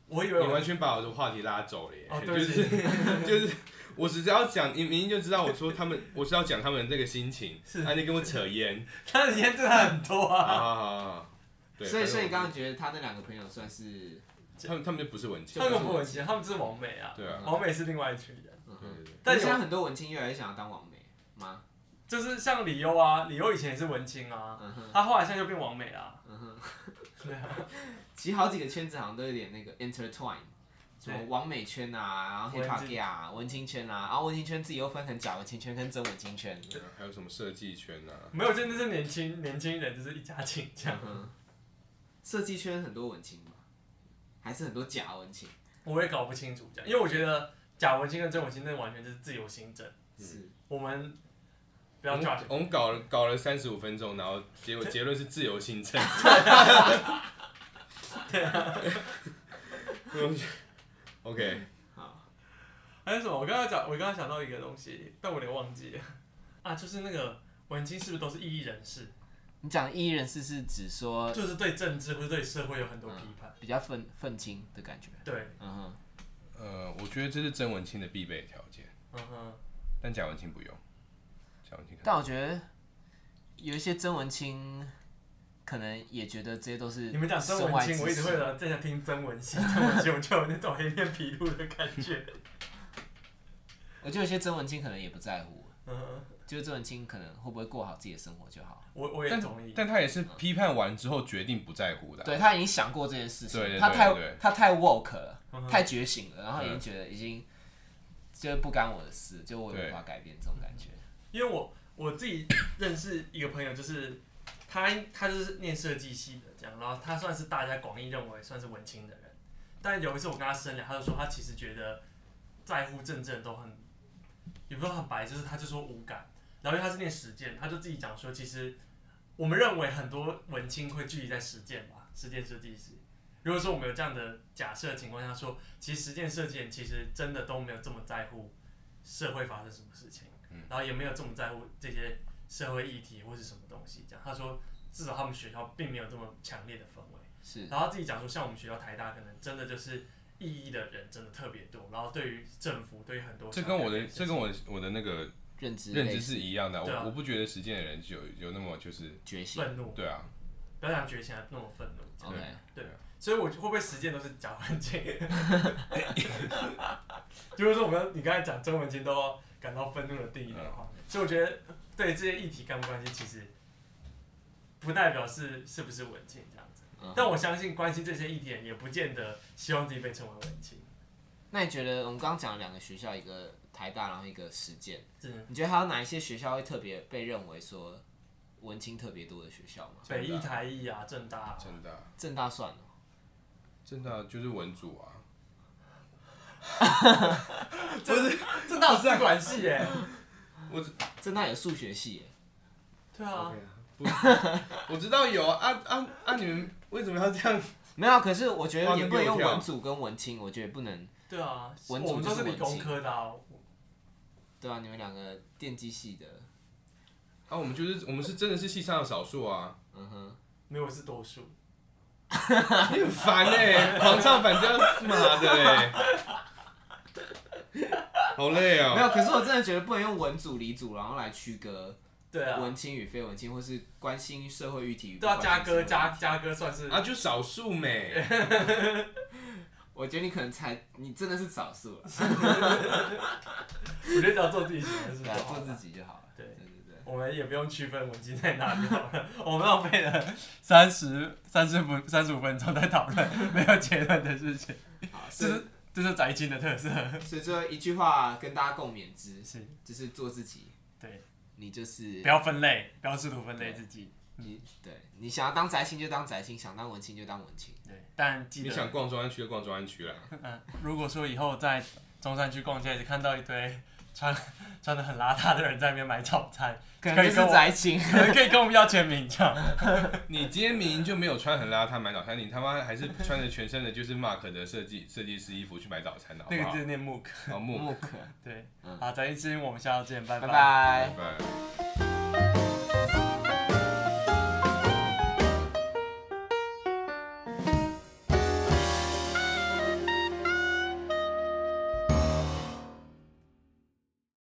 Speaker 2: 我以为
Speaker 1: 啊
Speaker 3: 你
Speaker 2: 我
Speaker 3: 完全把我的话题拉走了耶！
Speaker 2: 哦，
Speaker 3: 就
Speaker 2: 对不
Speaker 3: 是
Speaker 2: 起，
Speaker 3: 就是， 我只是要讲，你明明就知道我说他们，我是要讲他们这个心情，
Speaker 2: 是
Speaker 3: 啊，你跟我扯烟，
Speaker 2: 他的烟真的很多
Speaker 3: 好
Speaker 2: 啊，
Speaker 3: 好好好好，对，
Speaker 1: 所以，
Speaker 3: 反正
Speaker 1: 所以你
Speaker 3: 我
Speaker 1: 刚刚觉得他那两个朋友算是，
Speaker 3: 他们他们就不是文青
Speaker 2: 他，们不文青，他们是王美啊，
Speaker 3: 对啊，
Speaker 2: 王美是另外一群人。
Speaker 1: 嗯
Speaker 3: 对
Speaker 1: 哼，
Speaker 3: 对对，
Speaker 2: 但
Speaker 1: 但
Speaker 2: 有
Speaker 1: 现在很多文青越来越想要当网媒吗？
Speaker 2: 就是像李优啊，李优以前也是文青啊，
Speaker 1: 嗯哼，
Speaker 2: 他后来现在就变王美啊啦、
Speaker 1: 嗯哼，
Speaker 2: 对啊，
Speaker 1: 其实好几个圈子好像都有点那个 intertwine，什么
Speaker 2: 对
Speaker 1: 网美圈啊，然后
Speaker 2: 文
Speaker 1: hip
Speaker 2: 青
Speaker 1: hop gay 啊，文青圈啊，然后文青圈自己又分成假文青圈跟真文青圈。
Speaker 3: 对啊还有什么设计圈啊，
Speaker 2: 没有，真的是年轻年轻人，就是一家亲这样。
Speaker 1: 嗯哼，设计圈很多文青吧，还是很多假文青？
Speaker 2: 我也搞不清楚这样，因为我觉得贾文清跟郑文清那完全就是自由新政，
Speaker 1: 是，
Speaker 2: 我们不
Speaker 3: 我
Speaker 2: 要
Speaker 3: 们
Speaker 2: 抓
Speaker 3: 我们搞了搞了三十五分钟，然后结果结论是自 由新政，
Speaker 2: 啊
Speaker 3: 对啊，OK，
Speaker 1: 好，
Speaker 2: 还有什么？我刚刚讲，我刚刚想到一个东西，但我有点忘记了啊，就是那个文青是不是都是异议人士？
Speaker 1: 你讲艺人士是指说
Speaker 2: 就是对政治或者对社会有很多批判。
Speaker 1: 比较愤愤青的感觉。
Speaker 2: 对，
Speaker 1: 嗯哼，
Speaker 3: 呃，我觉得这是真文青的必备条件，
Speaker 2: 嗯哼，
Speaker 3: 但贾文清不用，贾文清可能
Speaker 1: 但我觉得有一些真文青可能也觉得这些都是
Speaker 2: 你们讲曾文
Speaker 1: 身外
Speaker 2: 清，
Speaker 1: 之
Speaker 2: 我一直会
Speaker 1: 事
Speaker 2: 有在想听曾文 清，曾文清，我就有那种黑面皮鹭的感觉。
Speaker 1: 我觉得有些真文青可能也不在乎，
Speaker 2: 嗯
Speaker 1: 就是周文清可能会不会过好自己的生活就好。
Speaker 2: 我我也
Speaker 3: 但
Speaker 2: 同意。
Speaker 3: 但他也是批判完之后决定不在乎的啊、
Speaker 1: 对他已经想过这件事情，
Speaker 3: 对对
Speaker 1: 他太
Speaker 3: 对对
Speaker 1: 他太 woke 了，
Speaker 2: 嗯
Speaker 1: 太觉醒了，然后已经觉得已经就是不干我的事，就我也无法改变这种感觉。
Speaker 2: 因为我我自己认识一个朋友，就是他他就是念设计系的这样，然后他算是大家广义认为算是文青的人，但有一次我跟他深聊，他就说他其实觉得在乎政治的都很，也不是说很白，就是他就说无感，然后因为他是念实践，他就自己讲说，其实我们认为很多文青会聚集在实践吧，实践设计师。如果说我们有这样的假设的情况下说，其实实践设计人其实真的都没有这么在乎社会发生什么事情。
Speaker 3: 嗯
Speaker 2: 然后也没有这么在乎这些社会议题或是什么东西。这样，他说至少他们学校并没有这么强烈的氛围。
Speaker 1: 是，
Speaker 2: 然后他自己讲说，像我们学校台大可能真的就是异议的人真的特别多，然后对于政府对于很多
Speaker 3: 这跟我的
Speaker 2: 想
Speaker 3: 这
Speaker 2: 改
Speaker 3: 跟
Speaker 2: 变
Speaker 3: 我的我的那个
Speaker 1: 认知
Speaker 3: 认
Speaker 1: 类
Speaker 3: 知
Speaker 1: 似
Speaker 3: 是一样的啊，
Speaker 2: 对啊
Speaker 3: 我我不觉得实践的人有有那么就是
Speaker 1: 觉
Speaker 2: 事
Speaker 1: 醒
Speaker 2: 情。愤怒，
Speaker 3: 对啊，
Speaker 2: 不要讲觉醒，还那么愤怒。这样
Speaker 1: OK，
Speaker 2: 所以我会不会实践都是假文青？ 就是说我们你刚才讲中文青都感到愤怒的定义的话，
Speaker 1: 嗯
Speaker 2: 所以我觉得对这些议题干不关心，其实不代表是是不是文青这样子。
Speaker 1: 嗯
Speaker 2: 但我相信关心这些议题的人也不见得希望自己被称为文青，
Speaker 1: 那你觉得我们刚刚讲了两个学校，一个台大，然后一个实践，
Speaker 2: 真的。
Speaker 1: 你觉得还有哪一些学校会特别被认为说文青特别多的学校吗？
Speaker 2: 北艺、台艺啊，正大、啊，
Speaker 3: 真的啊
Speaker 1: 正大算了，
Speaker 3: 真的啊就是文组啊，
Speaker 2: 正正大有资管系耶、
Speaker 1: 哦正大有数学系耶，
Speaker 2: 对啊，
Speaker 3: 我知道有啊啊啊啊！你们为什么要这样？
Speaker 1: 没有啊，可是我觉
Speaker 3: 哇
Speaker 1: 得也不能
Speaker 3: 那
Speaker 1: 用
Speaker 3: 给我跳
Speaker 1: 文组跟文青，我觉得不能，
Speaker 2: 对啊，
Speaker 1: 文
Speaker 2: 我
Speaker 1: 组
Speaker 2: 们
Speaker 1: 就
Speaker 2: 都
Speaker 1: 是
Speaker 2: 是理
Speaker 1: 文
Speaker 2: 工
Speaker 1: 青
Speaker 2: 科的、啊，
Speaker 1: 对啊，你们两个电机系的，
Speaker 3: 啊，我们就是我们是真的是系上的少数啊，
Speaker 1: 嗯哼，
Speaker 2: 没有我是多数。
Speaker 3: 你很烦哎、狂唱反调，妈的嘞、 好累
Speaker 1: 没
Speaker 3: 哦、
Speaker 1: 有，可是我真的觉得不能用文组、理组，然后来区隔
Speaker 2: 对啊，
Speaker 1: 文青与非文青，或是关心社会议题与不
Speaker 2: 对啊，
Speaker 1: 关
Speaker 2: 嘉
Speaker 1: 心社会
Speaker 2: 哥
Speaker 1: 议题
Speaker 2: 嘉嘉哥算是
Speaker 3: 啊，就少数 美，
Speaker 1: 我觉得你可能才，你真的是少数了，
Speaker 2: 我觉得只要做自己喜欢的事情
Speaker 1: 对啊
Speaker 2: 就好
Speaker 1: 做
Speaker 2: 了
Speaker 1: 自。己就好了。
Speaker 2: 对
Speaker 1: 对对对，
Speaker 2: 我们也不用区分文青在哪里好了，我们浪费了三十三十分三十五分钟在讨论没有结论的事情，
Speaker 1: 好，
Speaker 2: 这
Speaker 1: 所以
Speaker 2: 是这是宅青的特色。
Speaker 1: 所以最后一句话跟大家共勉之，
Speaker 2: 是，
Speaker 1: 就是做自己。
Speaker 2: 对，
Speaker 1: 你就是
Speaker 2: 不要分类，不要试图分类自己。
Speaker 1: 你，对你想要当宅青就当宅青，想当文青就当文青。
Speaker 2: 对，但记
Speaker 3: 你
Speaker 2: 得，
Speaker 3: 想逛中安区就逛中安区啦。
Speaker 2: 嗯、如果说以后在中山区逛街，只看到一堆穿穿的很邋遢的人在那边买早餐，
Speaker 1: 可
Speaker 2: 可
Speaker 1: 能
Speaker 2: 以
Speaker 1: 就是
Speaker 2: 跟我
Speaker 1: 宅 青，
Speaker 2: 可能可以跟我们要签名这 样。
Speaker 3: 你今天明明就没有穿很邋遢买早餐，你他妈还是穿着全身的就是 Mark 的设计设计师衣服去买早餐的，好
Speaker 2: 那
Speaker 3: 不
Speaker 2: 个
Speaker 3: 好
Speaker 2: 字？念 MOOC，
Speaker 3: 好木，
Speaker 1: 木可，
Speaker 2: 对，
Speaker 1: 嗯
Speaker 2: 好，宅青，我们下周见，
Speaker 1: 拜
Speaker 2: 拜
Speaker 1: 拜
Speaker 3: 拜。拜。
Speaker 1: 拜